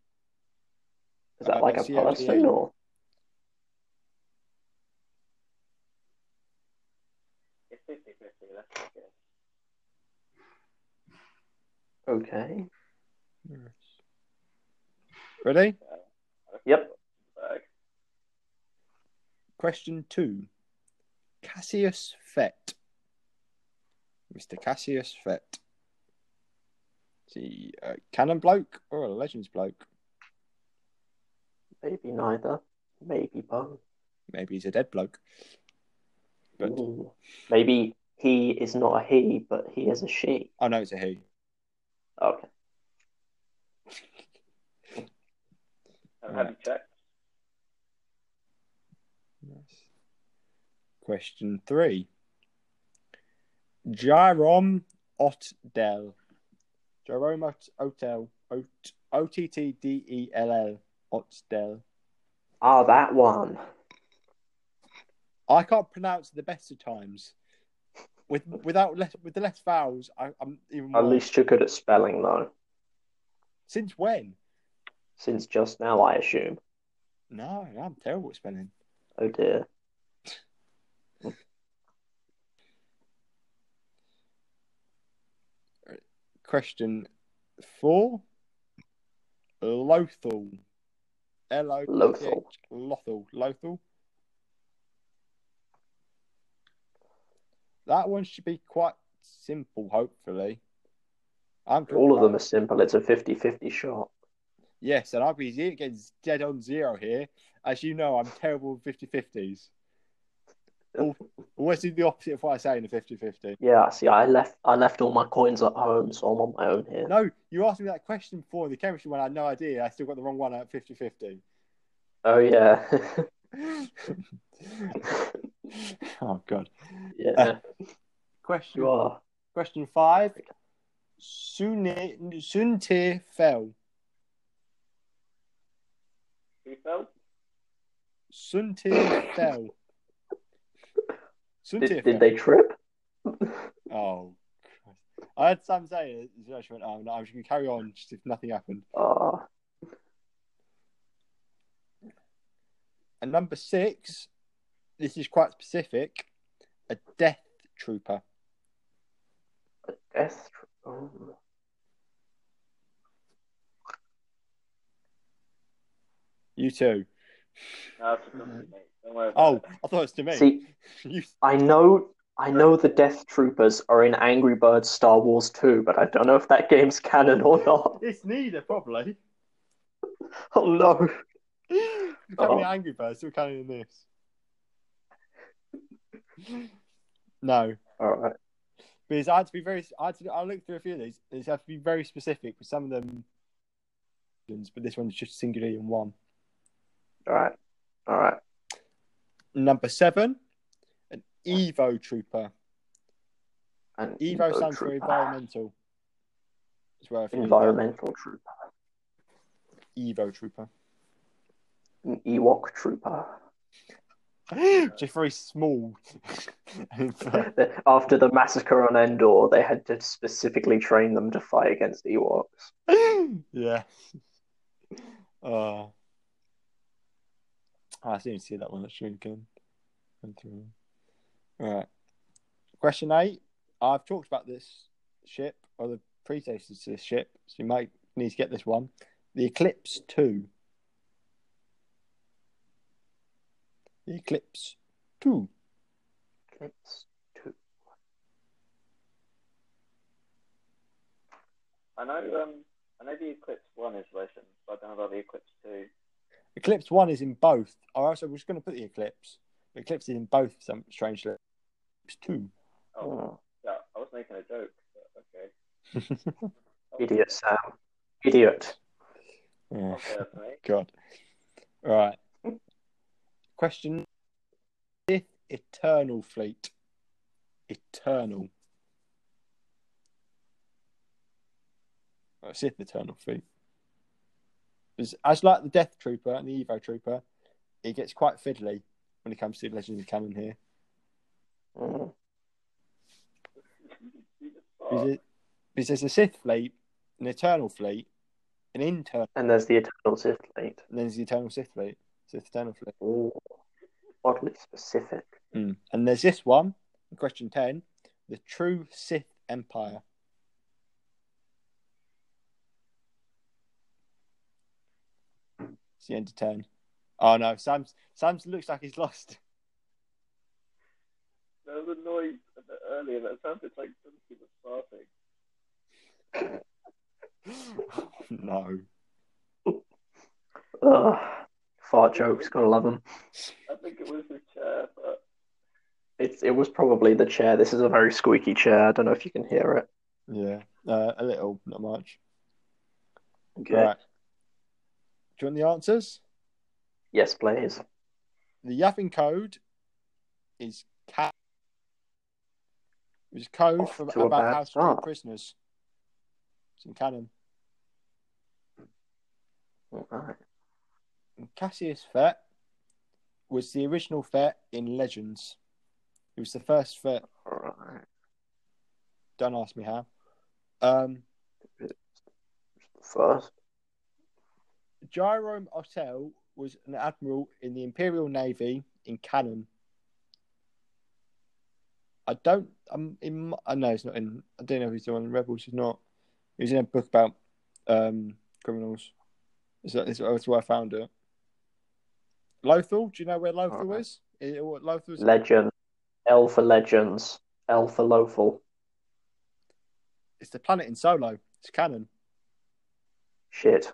Speaker 3: Is that
Speaker 1: Uh,
Speaker 3: like a
Speaker 1: CODA.
Speaker 3: person or?
Speaker 2: It's 50 50, let's take it.
Speaker 3: Okay.
Speaker 1: ready?
Speaker 3: Yep.
Speaker 2: Like,
Speaker 1: Question two. Cassius Fett. Mr. Cassius Fett. Is he a canon bloke or a legends bloke?
Speaker 3: Maybe neither. Maybe both.
Speaker 1: Maybe he's a dead bloke. But
Speaker 3: Ooh. Maybe he is not a he, but he is a she.
Speaker 1: oh no, it's a he.
Speaker 3: Okay.
Speaker 2: have have you checked?
Speaker 1: Nice. Question three. Jerome Otdell. Jerome Ot- Otdell. Ot- E O-T-T-D-E-L-L. Otdell.
Speaker 3: Ah, that one.
Speaker 1: I can't pronounce the best of times. With without less, with the less vowels, I, I'm even more.
Speaker 3: At least you're good at spelling, though.
Speaker 1: Since when?
Speaker 3: Since just now, I assume.
Speaker 1: No, I'm terrible at spelling.
Speaker 3: Oh dear.
Speaker 1: Question four. Lothal. L O T H.
Speaker 3: Lothal.
Speaker 1: Lothal. Lothal. That one should be quite simple, hopefully. I'm
Speaker 3: All of them are simple. It's a 50 50 shot.
Speaker 1: Yes, and RBZ gets dead on zero here. As you know, I'm terrible with 50 50s.
Speaker 3: Oh.
Speaker 1: Always do the opposite of what I say in a 50 50.
Speaker 3: Yeah, see, I left I left all my coins at home, so I'm on my own here.
Speaker 1: No, you asked me that question before in the chemistry one. I had no idea. I still got the wrong one at 50 50.
Speaker 3: Oh, yeah.
Speaker 1: oh, God.
Speaker 3: yeah, you
Speaker 1: Question
Speaker 3: are.
Speaker 1: question five Sunni- Suntir Fell.
Speaker 2: Who fell?
Speaker 1: Suntir Fell. Suntir
Speaker 3: Did,
Speaker 1: Fell.
Speaker 3: did they trip?
Speaker 1: Oh, Christ. I had Sam say it. so I just went, oh, no, I'm just going to carry on just if nothing happened.
Speaker 3: Ah,
Speaker 1: And number six, this is quite specific a death trooper.
Speaker 3: death. tr- oh.
Speaker 1: You too.
Speaker 2: No, it's not me, mate. Don't worry about
Speaker 1: Oh,
Speaker 2: it.
Speaker 1: I thought it was to me.
Speaker 3: See,
Speaker 1: you,
Speaker 3: I know I know the Death Troopers are in Angry Birds Star Wars 2, but I don't know if that game's canon or not.
Speaker 1: it's neither, probably.
Speaker 3: Oh no.
Speaker 1: We're
Speaker 3: Oh.
Speaker 1: counting Angry Birds, we're counting this. No,
Speaker 3: Alright.
Speaker 1: because I had to be very. I had to. I looked through a few of these. It has to be very specific with some of them, but this one's just singularly in one.
Speaker 3: Alright. Alright.
Speaker 1: Number seven, an Evo Trooper.
Speaker 3: And
Speaker 1: Evo stands for environmental. It's worth it.
Speaker 3: Environmental trooper.
Speaker 1: Evo Trooper.
Speaker 3: An Ewok trooper.
Speaker 1: Just very small.
Speaker 3: After the massacre on Endor, they had to specifically train them to fight against Ewoks.
Speaker 1: yeah. Uh, I didn't see that one. That's really good. Went through. All right. Question eight. I've talked about this ship or the pretasters to this ship, so you might need to get this one. The Eclipse 2. The Eclipse 2.
Speaker 3: Eclipse two.
Speaker 2: I know. Um, I know the Eclipse One is legend, but I don't know about the Eclipse Two.
Speaker 1: Eclipse 1 is in both. All right, so we're just going to put the Eclipse. The Eclipse is in both, some strangely. Eclipse 2.
Speaker 2: Oh,
Speaker 3: Oh,
Speaker 2: yeah. I was making a joke. But okay. Oh,
Speaker 3: idiot, Sam. Idiot.
Speaker 1: Yeah.
Speaker 2: Okay, that's me.
Speaker 1: God. All right. Question Fifth Eternal Fleet. Eternal. Oh, Sith Eternal Fleet. It's- As like the Death Trooper and the Evo Trooper, it gets quite fiddly when it comes to Legends of Canon here.
Speaker 3: Mm.
Speaker 1: Because,
Speaker 2: Oh,
Speaker 1: it, because there's a Sith fleet, an Eternal fleet, an internal,
Speaker 3: And there's the Eternal Sith Fleet.
Speaker 1: and then there's the Eternal Sith fleet. Sith Eternal fleet.
Speaker 3: Ooh. Oddly specific.
Speaker 1: And there's this one, question 10, the true Sith Empire. It's the end of 10. Oh no, Sam's, Sam's looks like he's lost.
Speaker 2: There was a noise a bit earlier that sounded like somebody was farting.
Speaker 1: no.
Speaker 3: Ugh. Fart jokes, gotta love them.
Speaker 2: I think it was the chair, but
Speaker 3: It, it was probably the chair. This is a very squeaky chair. I don't know if you can hear it.
Speaker 1: Yeah, uh, a little, not much.
Speaker 3: Okay.
Speaker 1: Right. Do you want the answers?
Speaker 3: Yes, please.
Speaker 1: The Yaffin code is cat. It was code
Speaker 3: Off
Speaker 1: from
Speaker 3: to a
Speaker 1: about
Speaker 3: bad
Speaker 1: how to
Speaker 3: start.
Speaker 1: treat prisoners. It's in canon.
Speaker 3: All right.
Speaker 1: Cassius Fett was the original Fett in Legends. He was the first Fett.
Speaker 3: All right.
Speaker 1: Don't ask me how. Um,
Speaker 3: First.
Speaker 1: Jerome Otell was an admiral in the Imperial Navy in canon. I don't. I'm in. I know it's not in. I don't know if he's the one in Rebels. He's not. He was in a book about um, criminals. Is that is that's where I found it? Lothal. Do you know where Lothal
Speaker 3: Alright.
Speaker 1: is? Is it what Lothal is?
Speaker 3: Legend. L for Legends. L for Lofal.
Speaker 1: It's the planet in Solo. It's canon.
Speaker 3: Shit.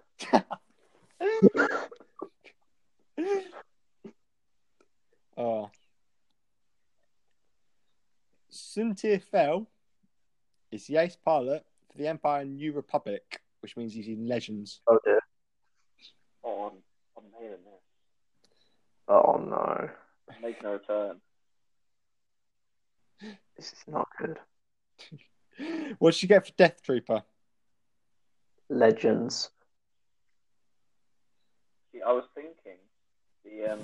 Speaker 1: oh. Suntir Fell is the ace pilot for the Empire New Republic, which means he's in Legends.
Speaker 3: Oh dear.
Speaker 2: oh, I'm, I'm nailing this.
Speaker 3: Oh no.
Speaker 2: I'm making a return.
Speaker 3: This is not good.
Speaker 1: What did you get for Death Trooper?
Speaker 3: Legends.
Speaker 2: See, I was thinking the um,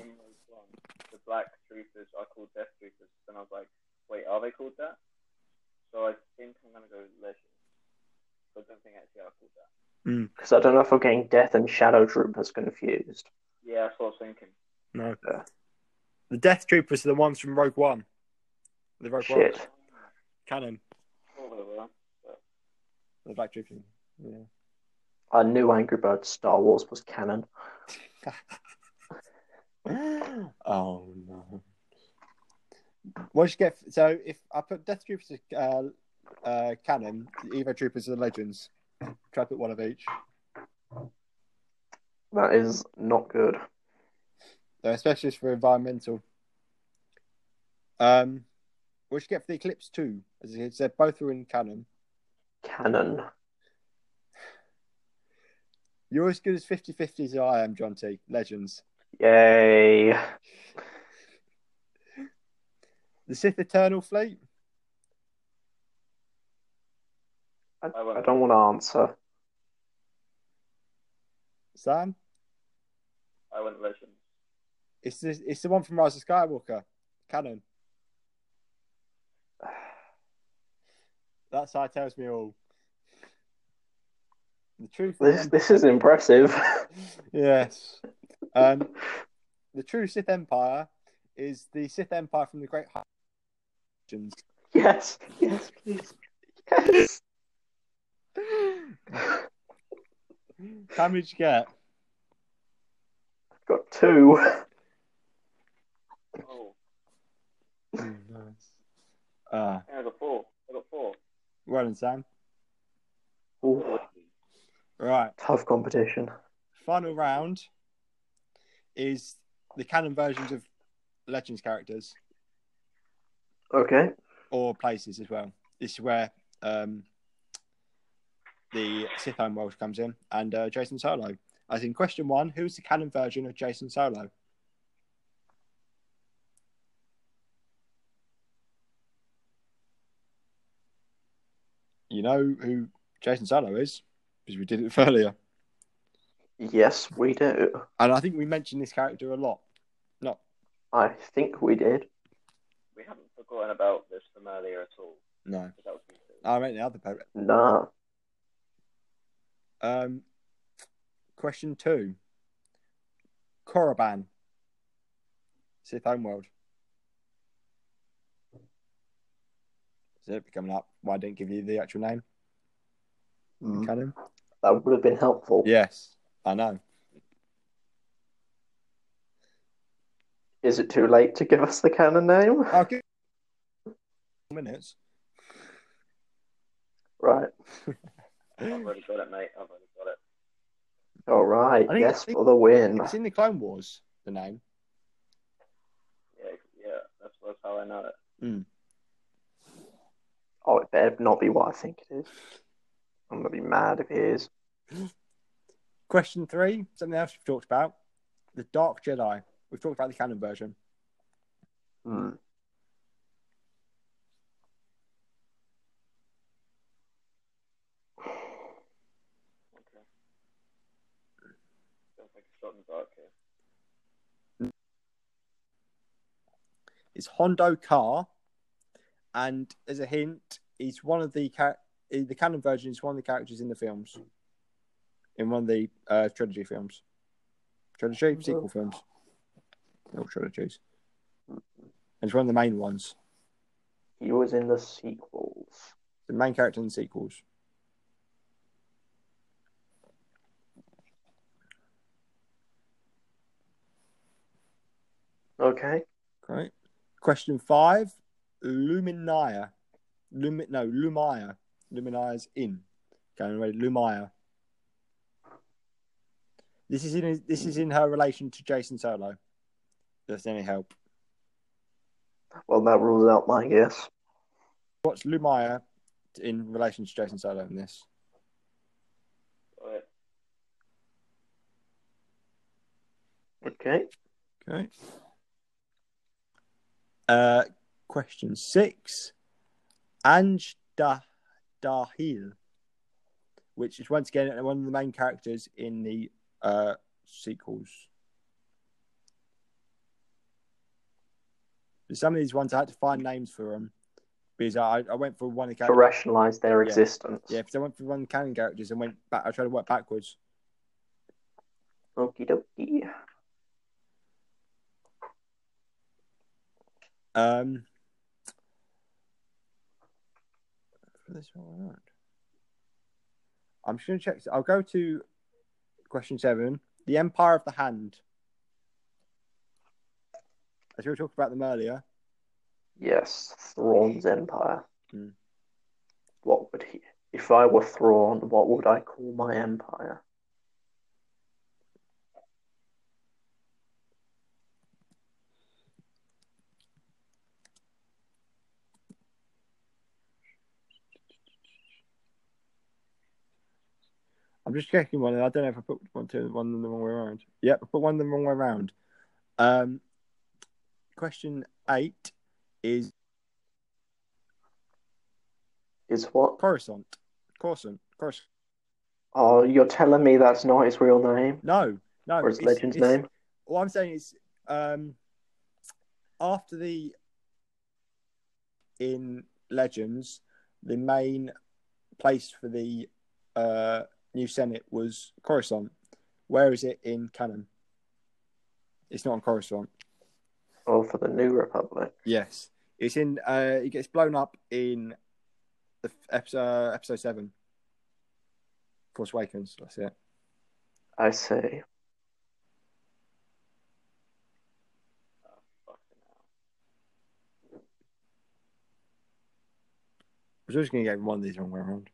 Speaker 2: in Rogue One, the black troopers are called Death Troopers, and I was like, wait, are they called that? So I think I'm gonna go with Legend. So I don't think actually are called that.
Speaker 3: Because I don't know if I'm getting Death and Shadow Troopers confused.
Speaker 2: Yeah, that's what I was thinking.
Speaker 1: No.
Speaker 3: Yeah.
Speaker 1: The Death Troopers are the ones from Rogue One. The Rogue One
Speaker 3: Shit.
Speaker 1: canon.
Speaker 2: Oh, they were.
Speaker 1: The Black Troopers. Yeah.
Speaker 3: I knew Angry Bird Star Wars was canon.
Speaker 1: oh no. What did you get? f- So if I put Death Troopers uh, uh, canon, the Evo Troopers are the legends. Try to put one of each.
Speaker 3: That is not good.
Speaker 1: They're specialists for environmental. Um, what did you get for the Eclipse too? As I said, both are in canon.
Speaker 3: Canon.
Speaker 1: You're as good as 50-50 as I am, John T. Legends.
Speaker 3: Yay.
Speaker 1: The Sith Eternal Fleet.
Speaker 2: I
Speaker 3: I
Speaker 2: won't.
Speaker 3: don't want to answer.
Speaker 1: Sam,
Speaker 2: I went Legend.
Speaker 1: it's the, it's the one from Rise of Skywalker. Canon. That's how it tells me all. The truth.
Speaker 3: This this is impressive.
Speaker 1: yes. Um, the true Sith Empire is the Sith Empire from the Great Legends.
Speaker 3: yes. Yes, please. Yes.
Speaker 1: How many did you get?
Speaker 3: Got two.
Speaker 2: Oh,
Speaker 1: nice. Uh,
Speaker 2: yeah, I got four. I got four.
Speaker 1: well done, Sam.
Speaker 3: Ooh,
Speaker 1: Right.
Speaker 3: tough competition.
Speaker 1: Final round is the canon versions of Legends characters
Speaker 3: Okay.
Speaker 1: or places as well. This is where um, the Sithome world comes in and uh, Jason Solo. As in question one, who's the canon version of Jason Solo? You know who Jason Solo is because we did it earlier.
Speaker 3: Yes, we do.
Speaker 1: And I think we mentioned this character a lot. Not
Speaker 3: I think we did.
Speaker 2: We haven't forgotten about this from earlier at all.
Speaker 1: no.
Speaker 2: That would be silly.
Speaker 1: I meant the other paper.
Speaker 3: Nah.
Speaker 1: Um, question two. Korriban. Sith Homeworld. Is it coming up? Why I didn't give you the actual name?
Speaker 3: Mm.
Speaker 1: Canon?
Speaker 3: That would have been helpful.
Speaker 1: Yes, I know.
Speaker 3: Is it too late to give us the canon name?
Speaker 1: Okay. Minutes.
Speaker 3: Right.
Speaker 2: I've already got it, mate. I've already got it.
Speaker 3: All right.
Speaker 1: I think-
Speaker 3: Yes
Speaker 1: I think-
Speaker 3: for the win.
Speaker 1: It's in the Clone Wars, the name.
Speaker 2: Yeah, yeah. That's, that's how I know it.
Speaker 3: Oh, it better not be what I think it is. I'm gonna be mad if it is.
Speaker 1: Question three, something else we've talked about. The Dark Jedi. We've talked about the canon version.
Speaker 3: Hmm.
Speaker 2: Okay. Feels like a shot in the dark eh? here.
Speaker 1: It's Hondo Car, and as a hint, he's one of the char- eh, the canon version is one of the characters in the films, in one of the uh, trilogy films, trilogy sequel films, all trilogies, and it's one of the main ones,
Speaker 3: He was in the sequels.
Speaker 1: the main character in the sequels.
Speaker 3: Okay.
Speaker 1: Great. Question five, Luminia, Lum- no Lumia, Luminia's in. Going already, Lumia. This is in this is in her relation to Jason Solo. If there's any help.
Speaker 3: Well, that rules out my guess.
Speaker 1: What's Lumia in relation to Jason Solo in this?
Speaker 2: Got it.
Speaker 3: Okay.
Speaker 1: Okay. Uh, question six. Anj da- Dahil, which is once again one of the main characters in the uh, sequels. Some of these ones I had to find names for them because I, I went for one of the
Speaker 3: To
Speaker 1: characters.
Speaker 3: rationalize their
Speaker 1: Yeah.
Speaker 3: existence.
Speaker 1: Yeah, because I went for one of the canon characters and went back. I tried to work backwards.
Speaker 3: Okie dokie.
Speaker 1: Um, this one around. I'm just going to check. I'll go to question seven The Empire of the Hand. As we were talking about them earlier,
Speaker 3: Yes, Thrawn's empire.
Speaker 1: Hmm.
Speaker 3: What would he? If I were Thrawn, what would I call my empire?
Speaker 1: I'm just checking one, and I don't know if I put one, two, one in the wrong way around. Yep, I put one in the wrong way around. Um, question eight is
Speaker 3: Is what?
Speaker 1: Coruscant. Coruscant. Coruscant.
Speaker 3: Oh, you're telling me that's not his real name
Speaker 1: No, no.
Speaker 3: or his
Speaker 1: it's-
Speaker 3: legend's
Speaker 1: it's-
Speaker 3: name?
Speaker 1: What I'm saying is, um, after the in Legends, the main place for the uh, new Senate was Coruscant. Where is it in canon? It's not on Coruscant.
Speaker 3: Or Oh, for the New Republic?
Speaker 1: Yes, it's in. Uh, it gets blown up in the f- episode, episode uh, seven. Force Awakens. That's it.
Speaker 3: I see.
Speaker 2: Oh, fucking hell.
Speaker 1: I was just going to get one of these wrong way around.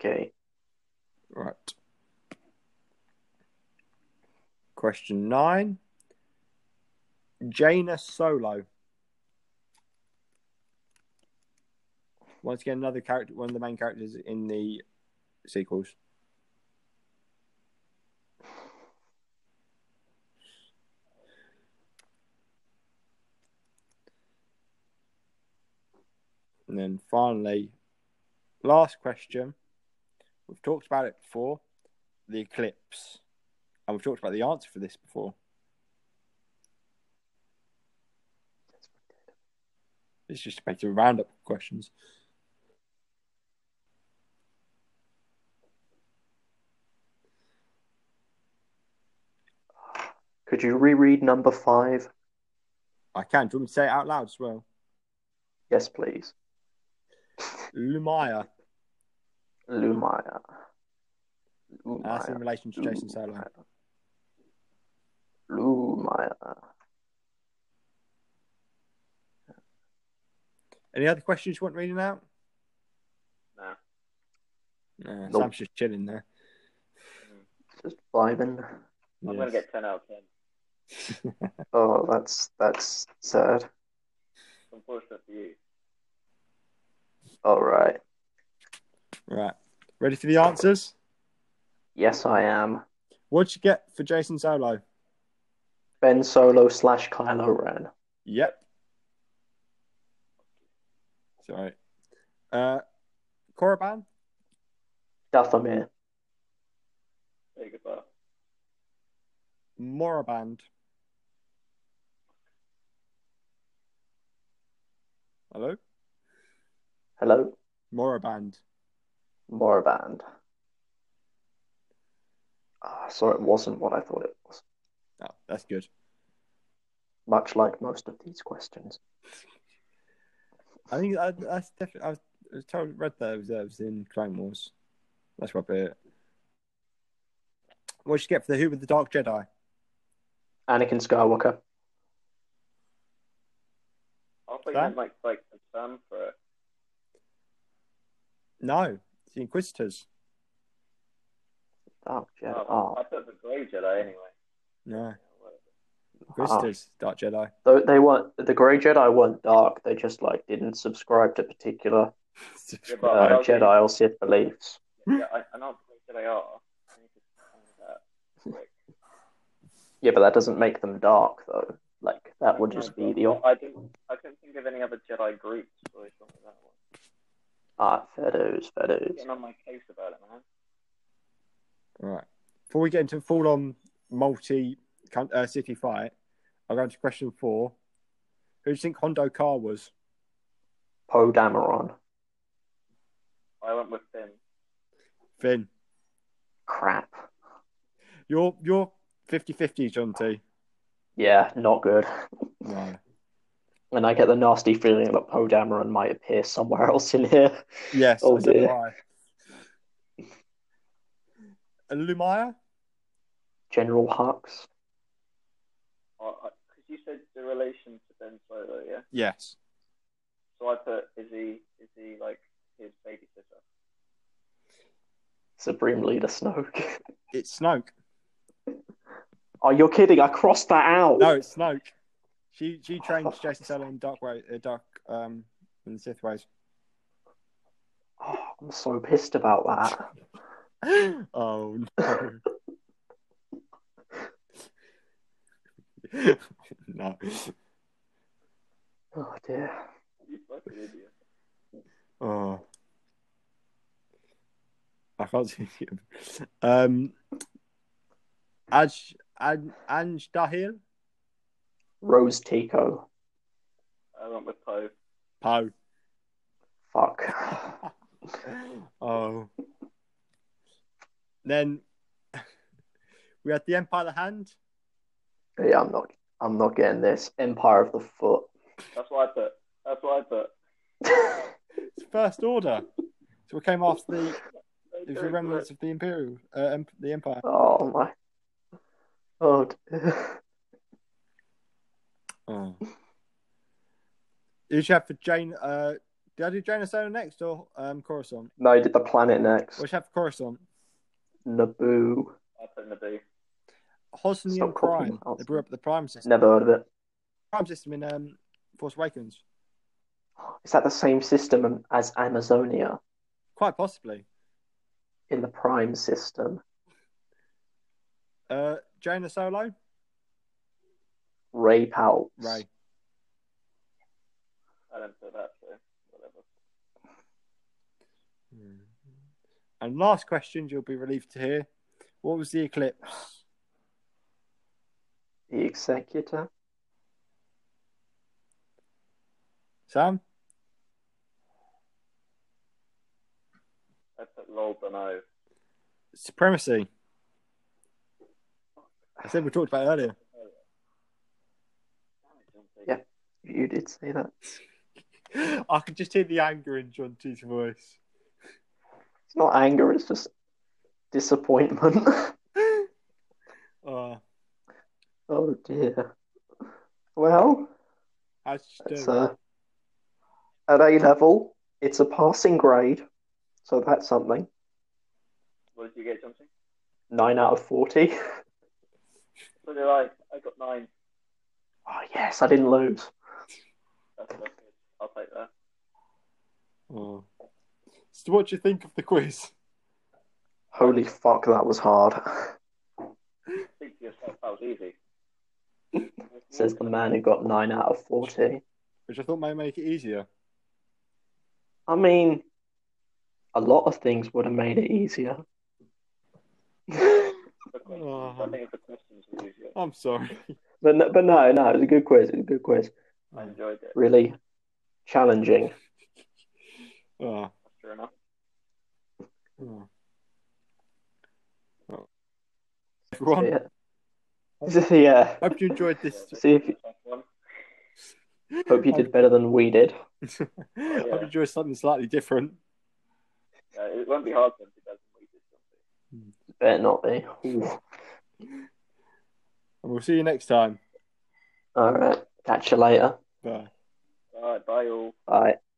Speaker 3: Okay.
Speaker 1: Right. Question nine. Jaina Solo. Once again, another character, one of the main characters in the sequels. And then finally, last question. We've talked about it before the eclipse. And we've talked about the answer for this before. It's just a better roundup of questions.
Speaker 3: Could you reread number five?
Speaker 1: I can. Do you want me to say it out loud as well?
Speaker 3: Yes, please.
Speaker 1: Lumaya.
Speaker 3: Lumaya.
Speaker 1: That's in
Speaker 3: Lumaya.
Speaker 1: relation to Jason Solo.
Speaker 3: Lumaya.
Speaker 1: Any other questions you want reading out?
Speaker 2: Nah.
Speaker 1: No,
Speaker 3: Nope.
Speaker 1: Sam's just chilling there.
Speaker 3: Just vibing.
Speaker 2: I'm gonna
Speaker 1: Yes.
Speaker 2: get ten out of ten.
Speaker 3: Oh, that's that's sad.
Speaker 2: Unfortunate for you.
Speaker 3: All right.
Speaker 1: Right. Ready for the answers?
Speaker 3: Yes, I am.
Speaker 1: What'd you get for Jason Solo?
Speaker 3: Ben Solo slash Kylo Ren.
Speaker 1: Yep. Sorry. Uh, Korriban?
Speaker 3: Dathomir.
Speaker 2: There you go.
Speaker 1: Moraband. Hello?
Speaker 3: Hello.
Speaker 1: Moraband.
Speaker 3: Moraband. Ah, so it wasn't what I thought it was.
Speaker 1: Oh, that's good.
Speaker 3: Much like most of these questions.
Speaker 1: I think that, that's definitely. I was, I was told read that it was, uh, it was in Clone Wars. That's what I put it. What'd you get for the Who with the Dark Jedi?
Speaker 3: Anakin Skywalker.
Speaker 2: I thought you
Speaker 1: That-
Speaker 2: meant like like the term for it.
Speaker 1: No, it's the Inquisitors.
Speaker 3: Dark Jedi.
Speaker 2: Oh,
Speaker 3: Oh,
Speaker 2: I thought the Grey Jedi anyway.
Speaker 1: No,
Speaker 2: Yeah, whatever.
Speaker 1: Inquisitors, Dark Jedi.
Speaker 3: Though they weren't the Grey Jedi weren't dark. They just like didn't subscribe to particular
Speaker 2: Yeah,
Speaker 1: Oh,
Speaker 2: but I
Speaker 3: uh,
Speaker 2: was
Speaker 3: Jedi or Sith beliefs.
Speaker 2: thinking- Yeah, I, I know what the Grey Jedi are. I need to find that. Like,
Speaker 3: Yeah, but that doesn't make them dark though. Like that would just be
Speaker 1: Mm-hmm.
Speaker 3: the
Speaker 2: I didn't. I couldn't think of any other Jedi groups. Or something like that one.
Speaker 3: ah fair dues, fair
Speaker 2: You're
Speaker 3: dues.
Speaker 2: Getting on my case about it, man.
Speaker 1: Right. Before we get into full on multi uh, city fight, I'll go into question four. Who do you think Hondo Car was?
Speaker 3: Poe Dameron.
Speaker 2: I went with Finn.
Speaker 1: Finn.
Speaker 3: Crap.
Speaker 1: You're you're 50 50, John T.
Speaker 3: Yeah, not good.
Speaker 1: No.
Speaker 3: And I get the nasty feeling that Poe Dameron might appear somewhere else in here.
Speaker 1: Yes.
Speaker 3: Oh,
Speaker 1: so do
Speaker 3: dear.
Speaker 1: I. Uh, Lumaya?
Speaker 3: General Hux.
Speaker 2: Because you said the relation to Ben Solo, yeah.
Speaker 1: Yes.
Speaker 2: So I put is he is he like his babysitter?
Speaker 3: Supreme Leader Snoke.
Speaker 1: It's Snoke.
Speaker 3: Oh, you're kidding. I crossed that out.
Speaker 1: No, it's Snoke. She she trained Jason Solo in Dark Way, uh, Dark um in Sith ways.
Speaker 3: Oh, I'm so pissed about that.
Speaker 1: oh no. no.
Speaker 3: Oh, dear.
Speaker 2: You fucking idiot.
Speaker 1: Oh. I can't see him. Um Aj An Anj Dahil?
Speaker 3: Rose Tico.
Speaker 2: I went with Poe.
Speaker 1: Poe.
Speaker 3: Fuck.
Speaker 1: Oh. Then we had the Empire of the Hand.
Speaker 3: Yeah, I'm not. I'm not getting this. Empire of the Foot.
Speaker 2: That's what I put. That's what I put.
Speaker 1: It's First Order. So we came after the, it was the remnants of the Imperial, uh, em- the Empire.
Speaker 3: Oh my. Oh dear.
Speaker 1: Oh. Did you have for Jane? Uh, did I do Jane Solo next or um, Coruscant?
Speaker 3: No, you did the planet next.
Speaker 1: What should I have for Coruscant?
Speaker 3: Naboo.
Speaker 2: I put Naboo.
Speaker 1: Hosnian
Speaker 3: Stop
Speaker 1: Prime.
Speaker 3: copying Hotham.
Speaker 1: They brought up the Prime system.
Speaker 3: Never heard of it.
Speaker 1: Prime system in um, Force Awakens.
Speaker 3: Is that the same system as Amazonia
Speaker 1: Quite possibly.
Speaker 3: in the Prime system?
Speaker 1: Uh, Jaina Solo?
Speaker 3: Ray Palps.
Speaker 1: Ray.
Speaker 2: I don't put that, so whatever.
Speaker 1: Mm-hmm. And last question you'll be relieved to hear. What was the eclipse?
Speaker 3: The Executor.
Speaker 1: Sam?
Speaker 2: I put Lol Bono.
Speaker 1: Supremacy. I said we talked about it earlier.
Speaker 3: Yeah. You did say that.
Speaker 1: I could just hear the anger in John T's voice.
Speaker 3: It's not anger, it's just disappointment.
Speaker 1: Oh,
Speaker 3: oh dear. Well,
Speaker 1: I just
Speaker 3: it's
Speaker 1: do.
Speaker 3: uh, at A level, it's a passing grade, so that's something.
Speaker 2: What did you get, Johnson?
Speaker 3: 9 out of 40.
Speaker 2: So they're like, I got nine.
Speaker 3: Oh, yes, I didn't lose.
Speaker 2: That's, that's good. I'll take that.
Speaker 1: Oh. So, what do you think of the quiz?
Speaker 3: Holy fuck, that was hard.
Speaker 2: Speak to yourself. That was easy.
Speaker 3: Says the man who got 9 out of 40.
Speaker 1: Which I thought may make it easier.
Speaker 3: I mean, a lot of things would have made it easier. but,
Speaker 2: The questions-
Speaker 1: Oh.
Speaker 2: I think the questions were easier.
Speaker 1: I'm sorry.
Speaker 3: no, but no, no, it was a good quiz. It was a good quiz.
Speaker 2: I enjoyed it.
Speaker 3: Really challenging.
Speaker 1: Oh.
Speaker 2: Sure enough.
Speaker 1: Oh. Oh. Everyone,
Speaker 3: Yeah. yeah.
Speaker 1: hope you enjoyed this.
Speaker 2: Oh,
Speaker 3: See if you, hope you did better than we did.
Speaker 1: hope you enjoyed something slightly different.
Speaker 2: Yeah, it won't be hard once it doesn't we did something.
Speaker 3: Better not be.
Speaker 1: And we'll see you next time.
Speaker 3: All right. Catch you later.
Speaker 1: Bye.
Speaker 2: All right, bye all.
Speaker 3: Bye.